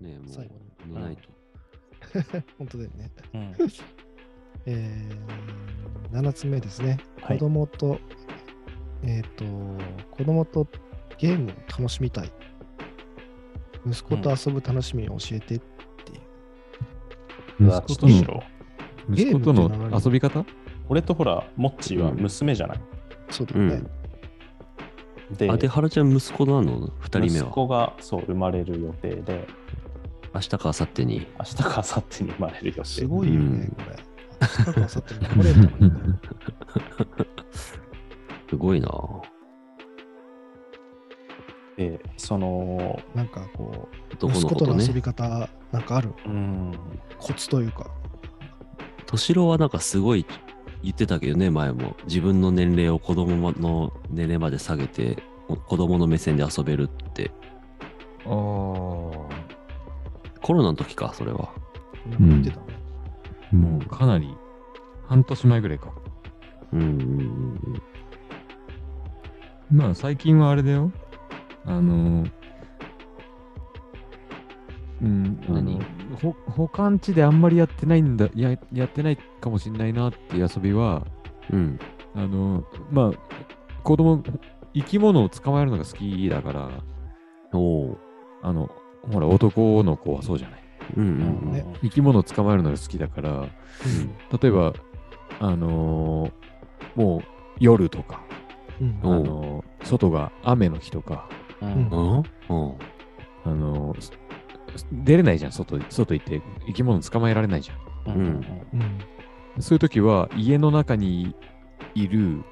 ね、もう最後に寝ないと。本当だよね。うん。えー、7つ目ですね。は子い。供と、えっ、と、子供とゲームを楽しみたい。息子と遊ぶ楽しみを教えて。うわ息子とむしのろゲー息ム子ってと何の遊び方俺とほら、モッチーは娘じゃない。そうだうよねん。。で、あ、で、原ちゃん息子なの ?2 人目息は。子がそう生まれる予定で、明日か明後日に。明日か明後日に生まれる予定。すごいよねうん、これ。明日か明後日に来れるのにね すごいな。で、その、なんかこう、男息の子子ととの遊びね。方、なんかあるうん、コツというか。敏郎はなんかすごい言ってたけどね、前も。自分の年齢を子供の年齢まで下げて、子供の目線で遊べるって。ああ。コロナの時か、それは。なんか言ってたね。もうかなり半年前ぐらいか。うんうんうんまあ最近はあれだよ。あのー、うん、あ何の、ほ、他んちであんまりやってないんだ、や、やってないかもしんないなっていう遊びは、うん。あのー、まあ、子供、生き物を捕まえるのが好きだから、うん。おーあの、ほら、男の子はそうじゃない。うんううんんね生き物を捕まえるのが好きだから、例えば、あのーもう夜とか、うんあおうのー外が雨の日とか、うんうんうん。うん。あのーす出れないじゃん、外外行って生き物捕まえられないじゃうんうんうんん。そういう時は、家の中にいる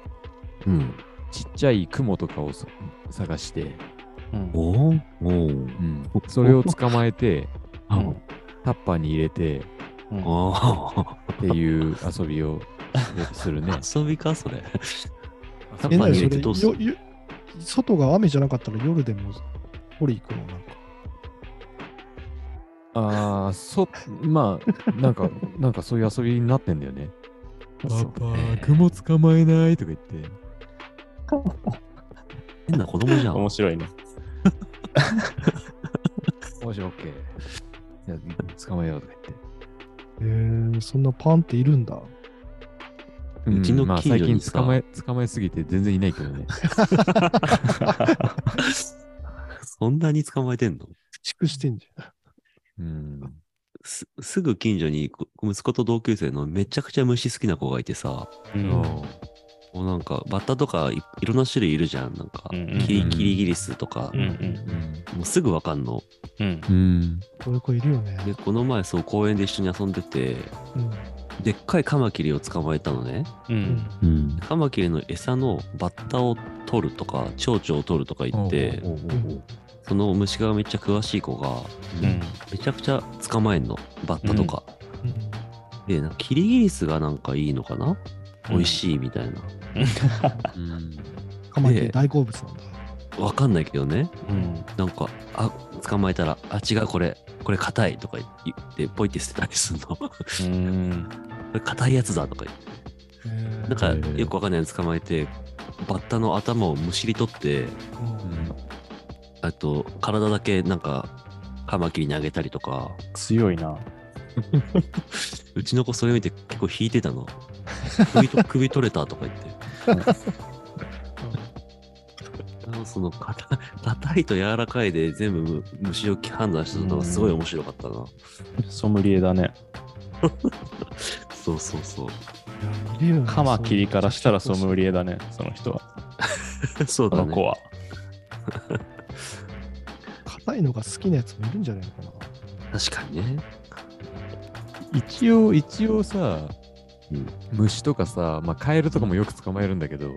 うん。ちっちゃい雲とかをさ探して、うんおーおーうんそれを捕まえて、うんタッパーに入れてうんあっていう遊びをするね。ー遊びか、それ。タッパえ、ーなに入れにそてれどうするよよ外が雨じゃなかったら夜でも掘り行くのなんか。 ああ、そ、まあ、なんか、なんかそういう遊びになってんだよね。そうパ雲捕まえないとか言って。変な子供じゃん。面白いね。もし OK。じゃあ捕まえようとか言って。えー、そんなパンっているんだ。うちのまあ近最所近にさ捕まえ、捕まえすぎて全然いないけどね。そんなに捕まえてんの蓄してんじゃん。うん。すすぐ近所にこ息子と同級生のめちゃくちゃ虫好きな子がいてさ、うんそうもうなんかバッタとかいいろんな種類いるじゃん。なんか、うんうんキリキリギリスとか、うんもうすぐわかんの。うんうん。こういう子いるよね。で、この前そう公園で一緒に遊んでて、うん。でっかいカマキリを捕まえたのね。ううんん。うん。カマキリの餌のバッタを取るとか、蝶々を取るとか言って、おうおうおうおうその虫がめっちゃ詳しい子が、うんめちゃくちゃ捕まえんの、バッタとか。で、なんかキリギリスがなんかいいのかな、うん美味しいみたいな。うんカマキでリ大好物なんだ。わかんないけどね。うんなんか、あ、捕まえたら、あ、違う、これ、これ硬いとか言って、ポイって捨てたりするの。 こうんれ硬いやつだとか言って。えーなへんか、ーよくわかんないの捕まえて、バッタの頭をむしり取って、あと、体だけなんか、カマキリにあげたりとか、強いな。うちの子それ見て結構引いてたの。首 と首取れたとか言って。あのその硬い硬いと柔らかいで全部虫を判断してたのがすごい面白かったな。ソムリエだね。そうそうそう。 いやいるよねカマキリからしたらソそうムリエだね、その人は。そうそだのね。子は。硬いのが好きなやつもいるんじゃないのかな。確かにね。一応、一応さうん、虫とかさ、まあ、カエルとかもよく捕まえるんだけど、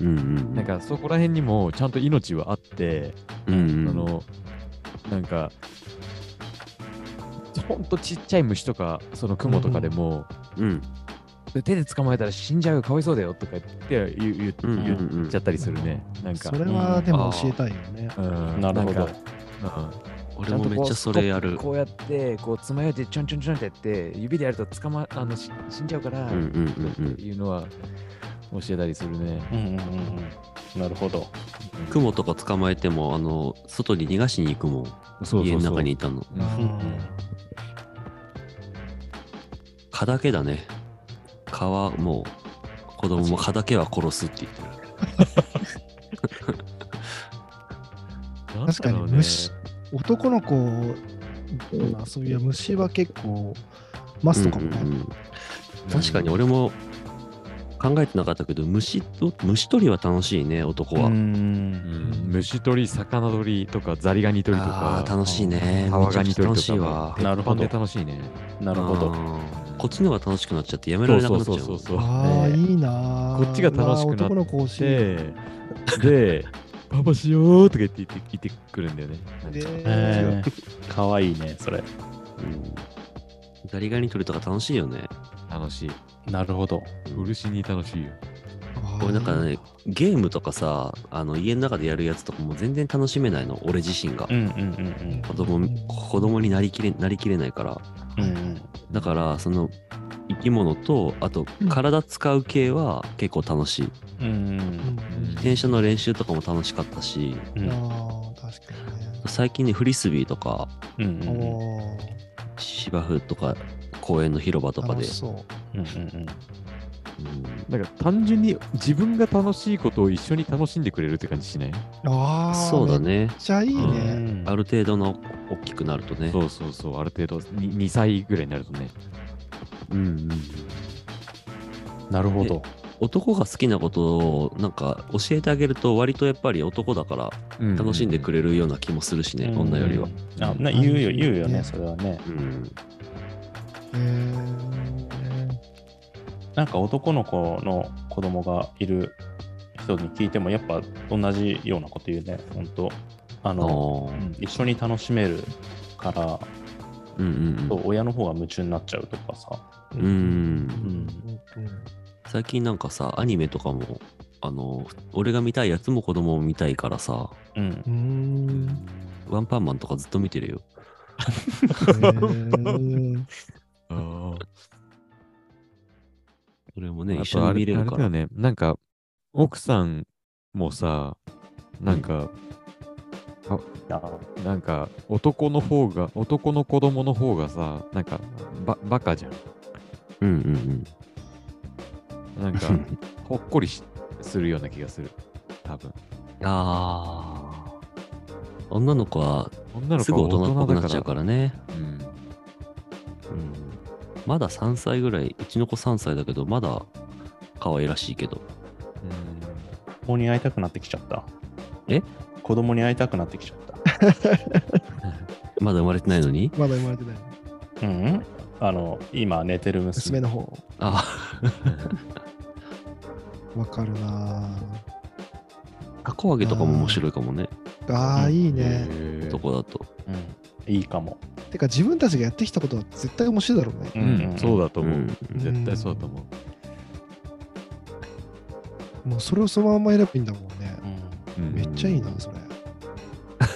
うんうんうん。なんかそこら辺にもちゃんと命はあって、うんうん、あのなんかほんとちっちゃい虫とかその雲とかでも、うんで手で捕まえたら死んじゃうかわいそうだよとか言って言ううんうん言ううん言っちゃったりするね、なんかそれはでも教えたいよね。うんなるほどん。かうん俺もめっちゃそれやる。こうやってこうつまようじでちょんちょんちょんってやって指でやると捕まあのし死んじゃうから、うんうんうんうんっていうのは教えたりするねうんうんうんなるほど。雲とか捕まえても、あの、外に逃がしに行くもん。そうそうそう家の中にいたの。うんあー蚊だけだね。蚊はもう、子供も蚊だけは殺すって言ってる。なん確だかろにうね虫、男の子の遊びは虫は結構マストかもうんうね。んうん確かに俺も考えてなかったけど、虫と、虫取りは楽しいね、男は。うんん虫取り、魚取りとか、ザリガニ取りとあか、あ、楽しいね。川ガめニちゃくちゃ取楽りしといかわも、。なるほど鉄板で楽しいね。なるほあど。ーこっちのが楽しくなっちゃってやめられなくなっちゃう。そうそうそうそうああ、ねいいなー。こっちが楽しくなうわってー男の子欲しい。で、で、パパしようとか言って言って言ってくるんだよね。なんかでえー、かわいいね、それ。うんザリガニ取るとか楽しいよね。楽しい。なるほど。漆に楽しいよ。あー俺なんかね、ゲームとかさ、あの家の中でやるやつとかも全然楽しめないの、俺自身がう。んうんうん子供子供になりきれなりきれないから。うん。うんうん、だから、その生き物と、あとうん体使う系は結構楽しい。うんううんん自転車の練習とかも楽しかったし、うんああ、確かにね。最近ね、フリスビーとか、うんうんうんおー芝生とか、公園の広場とか楽でし、そう。うんうんうんなんか単純に自分が楽しいことを一緒に楽しんでくれるって感じしないああ、そうだめっね。ちゃいいうんね。うんある程度の大きくなるとね。そうそうそう、ある程度に2歳ぐらいになるとね。うんうんなるほど。男が好きなことをなんか教えてあげると割とやっぱり男だから楽しんでくる。れるような気もするしね、うん女よりは。あな言うよ、うん言うよねね、それはね。うん、へーなんか男の子の子供がいる人に聞いても、やっぱ同じようなこと言うね、本当ああの、ーうん一緒に楽しめるから、うんうんそう親の方が夢中になっちゃうとかさ。うんうんうん最近なんかさアニメとかもあの俺が見たいやつも子供も見たいからさうんう。ん。うんワンパンマンとかずっと見てるよ。へえああ。それもねあ一と緒あに見れるあかれだら。よね、なんか、奥さんもさ、なんか、あなんか、男の方が、男の子供の方がさ、なんか、ば、バカじゃん。うんうんな んか、ほっこりしするような気がする。多分。うん。ああ。女の子は女のす子ぐは大人っぽくなっだちゃうからね。うん。うん、まだ3歳ぐらい、うちの子3歳だけど、まだ可愛らしいけど。子供に会いたくなってきちゃった。え子供に会いたくなってきちゃっまだ生まれてないのにまだ生まれてない。た。うん、うん、あの、今寝てる娘娘の方。あわかるなあ、たこ揚げとかも面白いかもね、ーああ、いいうんね。へー男だと。うん、いいかも。てか自分たちがやってきたことは絶対面白いだろうね。ううん、そうだ。だと思う。うん絶対そうだと思う。もうそれをそのまんま選ぶんだもんね。うんうんめっちゃいいな、それ。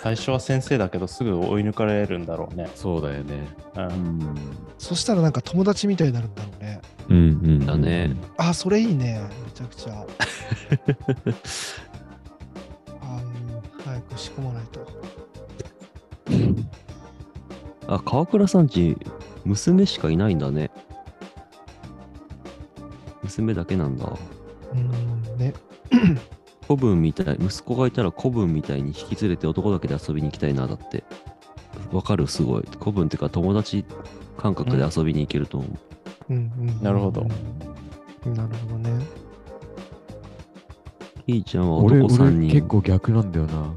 最初は先生だけど、すぐ追い抜かれるんだろうね。そうだよね。ううんん。そしたらなんか友達みたいになるんだろうね。うんうん。だね。あー、それいいね。めちゃくちゃ。あー早く仕込まないと。あ、川倉さんち、娘しかいないんだね。娘だけなんだ。うん、ね。子分みたい、息子がいたら子分みたいに引き連れて男だけで遊びに行きたいな、だって。わかるすごい。子分っていうか友達感覚で遊びに行けると思う。うんうん、なるほど。なるほどね。ひーちゃんは俺男3俺人。結構逆なんだよな。ん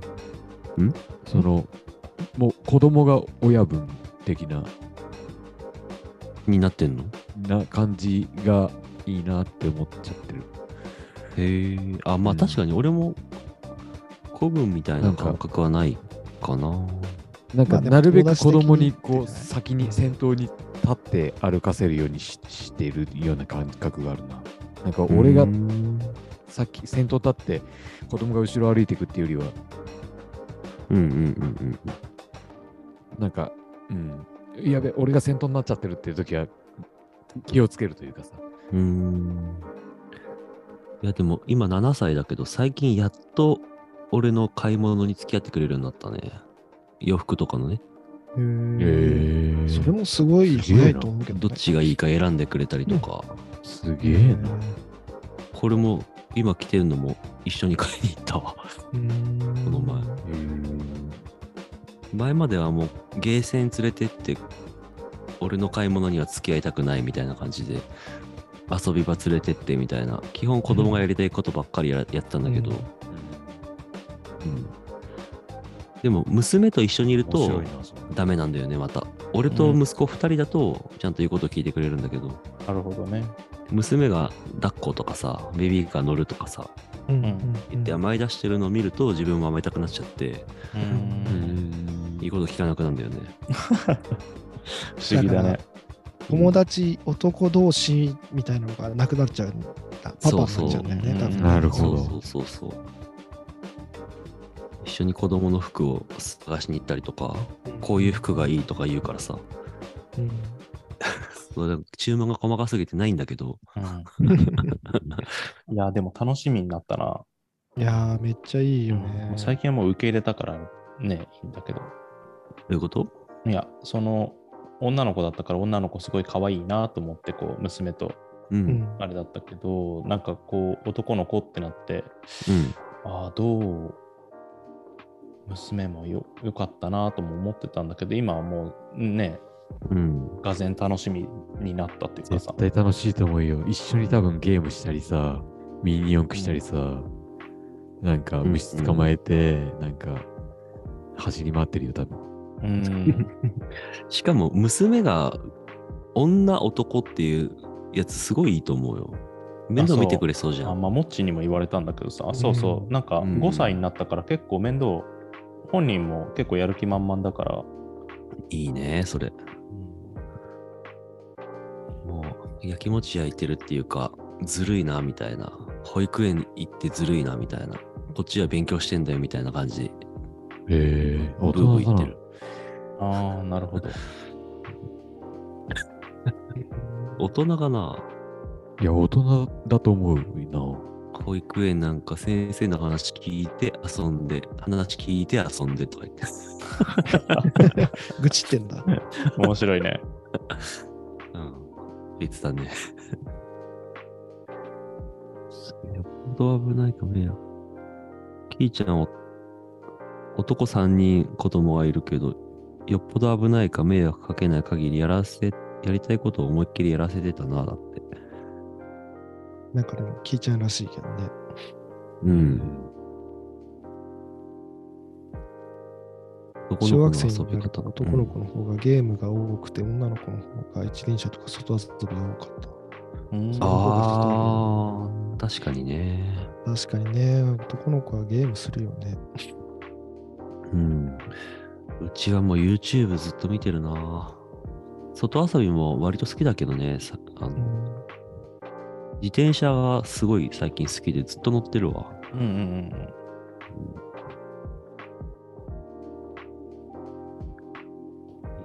その、もう子供が親分的なになってんのな感じがいいなって思っちゃってる。へえ、あ、まうあん確かに俺も古文みたいな感覚はないかな。なまんかあでもなるべ友く達的子に供にこっうてね先に先頭に立って歩かせるようにししてるような感覚があるな。なんか俺がうん先先頭立って子供が後ろ歩いていくっていうよりはうんうんうんなんか、うん、やべ、俺が先頭になっちゃってるっていう時は気をつけるというかさ、うん。うーん。いやでも今7歳だけど最近やっと俺の買い物に付き合ってくれるようになったね。洋服とかのね。へーえそれもすごいすげ早えいなと思うけど、どね。っちがいいか選んでくれたりとか。すえげえな。これも今着てるのも一緒に買いに行ったわ。 この前えー前まではもうゲーセン連れてって俺の買い物には付き合いたくないみたいな感じで遊び場連れてってみたいな基本子供がやりたいことばっかりや,、やったんだけど、うんうんでも娘と一緒にいる面白といな、それダメなんだよねまた俺と息子2人だとちゃんと言うこと聞いてくれるんだけど、なるほどね。娘が抱っことかさベビーカー乗るとかさうんうんう言っんて甘え出してるのを見ると自分も甘えたくなっちゃってう。うんん言うこと聞かなくなるんだよね不思議だね。友達、男同士みたいなのがなくなっちゃうんだ。パパになっちゃうんだよね、そうそう多分ねなるほどそうそうそうそう一緒に子供の服を探しに行ったりとかこういう服がいいとか言うからさうんそれ注文が細かすぎてないんだけど うんいや、でも楽しみになったな。いやー、めっちゃいいよねもう。最近はもう受け入れたからね、いいんだけど。どういうこといや、その女の子だったから女の子すごい可愛いなと思って、こう娘とうんう、うんんあれだったけど、なんかこう男の子ってなって、ああ、どう娘もよよかったなとも思ってたんだけど、今はもうね、うんがぜん楽しみになったっていうかさ絶。対楽しいと思うよ。一緒に多分ゲームしたりさ、ミニ四駆したりさ、なんかうん虫捕まえて、なんか走り回ってるよ、多分。うん、しかも娘が女男っていうやつすごいいいと思うよ面倒見てくれそうじゃあんまあ、もっちにも言われたんだけどさ、そうそうう、なんかうん5歳になったから結構面倒、本人も結構やる気満々だから、いいねそれもうやきもち焼いてるっていうかずるいなみたいな保育園行ってずるいなみたいなこっちは勉強してんだよみたいな感じへえ、大ブーブ人ー言だってなるああ、なるほど。大人がないや、大人だと思う保育園なんか先生の話聞いて遊んで話聞いて遊んでとか言って愚痴ってんだ。面白い ね。うん言ってたねよっぽど危ないかもやキーちゃんお男3人子供がいるけどよっぽど危ないか迷惑かけない限りやらせやりたいことを思いっきりやらせてたなだってなんかでも聞いちゃうらしいけどね。うな。ん。男小の学子生にの遊なびる方と男の子の方がゲームが多くて、女の子の方が一輪車とか外遊びが多かった。うんああ、確かにね。確かにね、男の子はゲームするよね。うん。うちはもう YouTube ずっと見てるな。外遊びも割と好きだけどね、さあうのん自転車がすごい最近好きでずっと乗ってるわ。うんうんうん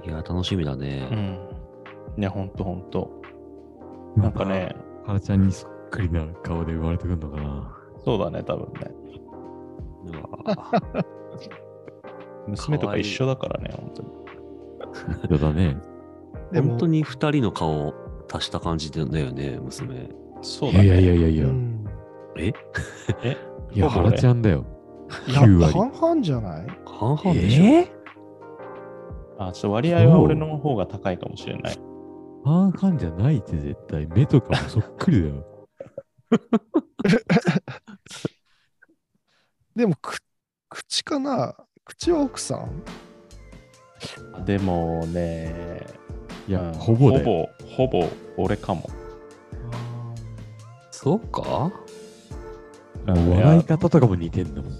いや、楽しみだうね。ん。いや、ほんとほんと。なんか。ね、かなちゃんにそっくりな顔で生まれてくるのかな。そうだね、多分ね。うわ娘とかわかいい一緒だからね、本当に。そうだね。でも本当に2人の顔を足した感じだよね、娘。そういだやね。いやいやいやいやう、んえいや、そうだかねなちゃんだよ。いや9割。半々じゃない半々でしょ、あ、ちょっと割合は俺の方が高いかもしれない。半々じゃないって絶対。目とかもそっくりだよ。でもく、口かな口は奥さんでもね、いやうん、ほぼだよ。ほぼ、ほぼ俺かも。そうかうん笑い方とかも似てんだもん。あ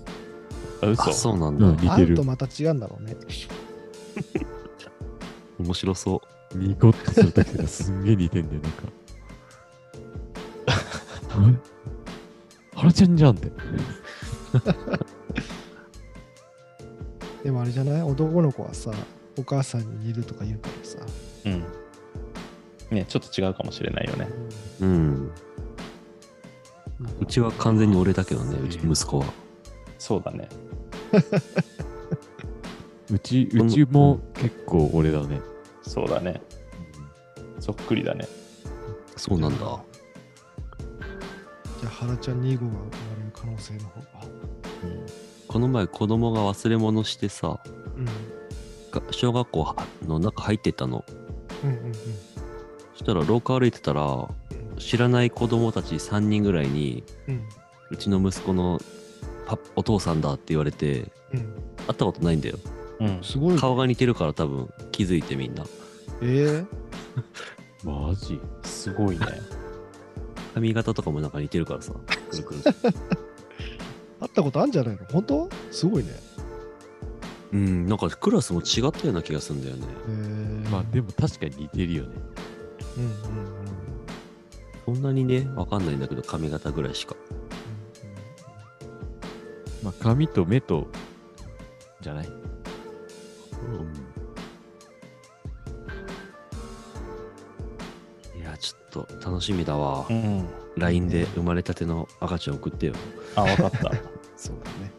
あ、嘘。そうなんだ。うん、似て会うると。また違うんだろうね。面白そう。ニコッとするときがすんげえ似てんだよ、な んか。あれハラちゃんじゃんって。でもあれじゃない男の子はさ、お母さんに似るとか言うからさ。うん。ね、ちょっと違うかもしれないよね。うん。うちは完全に俺だけどね、うち息子は。そうだね。うち、んうちも結構俺だね。そうだね。そっくりだね。そうなんだ。じゃあ、原ちゃん2号が生まれる可能性の方が。この前子供が忘れ物してさ、うん。が小学校の中入ってったの。うんうんうん。そしたら廊下歩いてたら、知らない子供たち3人ぐらいに、うん。うちの息子のパお父さんだって言われて、うん。会ったことないんだよ。うん。すごい。顔が似てるから多分気づいてみんな。えー、マジすごいね。髪型とかもなんか似てるからさ。くるくる会ったことあるんじゃないの本当すごいね。うん、なんかクラスも違ったような気がするんだよね。えー、まあでも確かに似てるよね。うんうんうんうん。そんなにね、わかんないんだけど髪型ぐらいしか。まあ髪と目と、じゃないいや、ちょっと楽しみだわう。ん。 LINE で生まれたての赤ちゃん送ってよ。あ、わかった。 そうだね。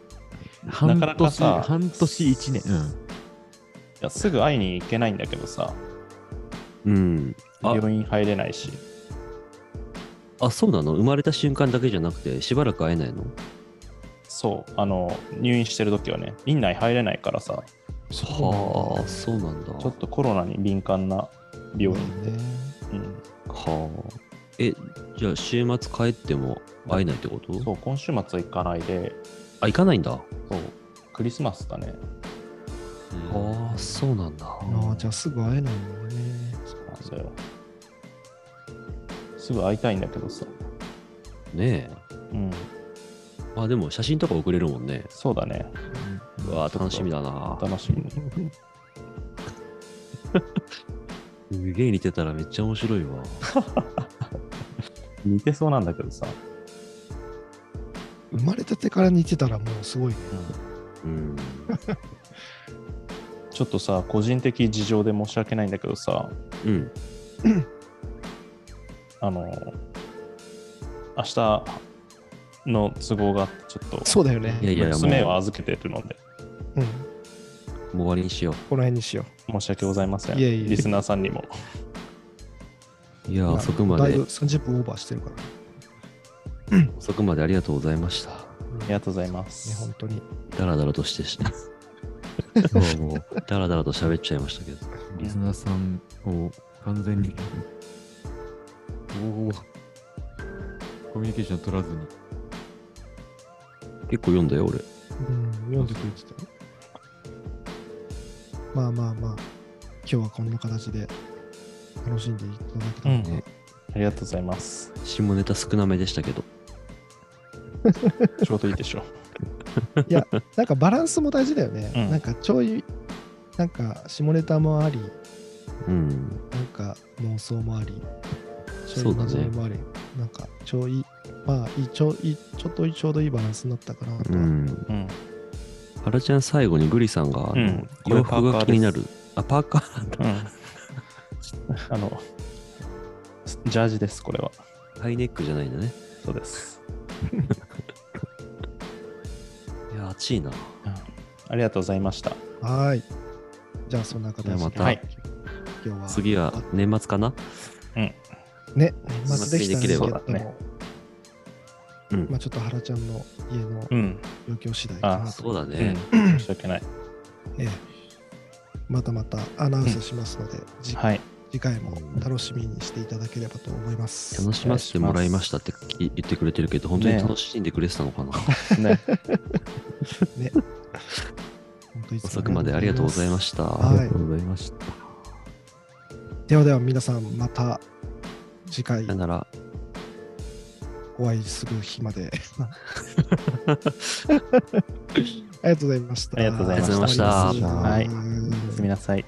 半年、なかなかさ半年一年。いやすぐ会いに行けないんだけどさ、うん。あ病院入れないし、あ、そうなの生まれた瞬間だけじゃなくて、しばらく会えないのそう、あの、入院してる時はね、院内入れないからさ、はあ、そうなんだ。ちょっとコロナに敏感な病院。ね。うん。はあ。え、じゃあ週末帰っても会えないってことそう、今週末は行かないで、あ、行かないんだ。そう、クリスマスだね。ああ、そうなんだ。ああ、じゃあすぐ会えないんだね。そうなんだよ。すぐ会いたいんだけどさ。ねうん。え。あ、でも写真とか送れるもんね。そうだね。うわあ、楽しみだな。楽しみに。すげえ似てたらめっちゃ面白いわ。似てそうなんだけどさ。生まれたてから似てたらもうすごいね。うん。ちょっとさ、個人的事情で申し訳ないんだけどさ、うん。あの、明日の都合があって、ちょっと、そうだよね。いやいや、もう、娘をも預けてるので、うん。う終わりにしよこの辺にしよ申し訳ございません。いえいえリスナーさんにも。う。いやー、う。遅くまだいでぶ、30分オーバーしてるからね。遅くまでありがとうございました。ありがとうございまね、本す。当に。だらだらとして し、今日はもう、だらだらと喋っちゃいましたけど。リスナーさんを完全に、おーコミュニケーション取らずに。結構読んだよ、俺。うん、読んでくれてたよ。まあまあまあ、今日はこんな形で楽しんでいただけたので、うんありがとうございます。下ネタ少なめでしたけど。ちょうどいいでしょ。なんかバランスも大事だよね。うんなんかちょい、なんか下ネタもあり、うん。なんか妄想もあり、ちょそいうだ真面ね目。もあり、なんかちょい、まあいいちょい、ちょっといいちょうどいいバランスになったかなとうん。は。うん。原ちゃん、最後にグリさんが、あのうんこれ洋服パーカーがです気になる。あ、パーカーなんだ。うん。 あの、ジャージです、これは。ハイネックじゃないんだね。そうです。いや、暑いな。うんありがとうございました。はーい。じゃあそんな形で、じゃあまたはい。今日は次は年末かなね、年末できたんおですけど祭りできればだねもうんまあちょっと原ちゃんの家のうん。状況次第かあなと、そうだうんね。申し訳ない。ええまたまたアナウンスしますので、じはい。次回も楽しみにしていただければと思います。楽しませてもらいましたってき言ってくれてるけど、本当にね楽しんでくれてたのかな。 ね。本当にいつも遅くまでありがとうございました。はいありがとうございました。ではでは皆さんまた次回さよなら。お会いする日 まで。ありがとうございました。ありがとうございましたありがとうございました終わりますおやすみなさい。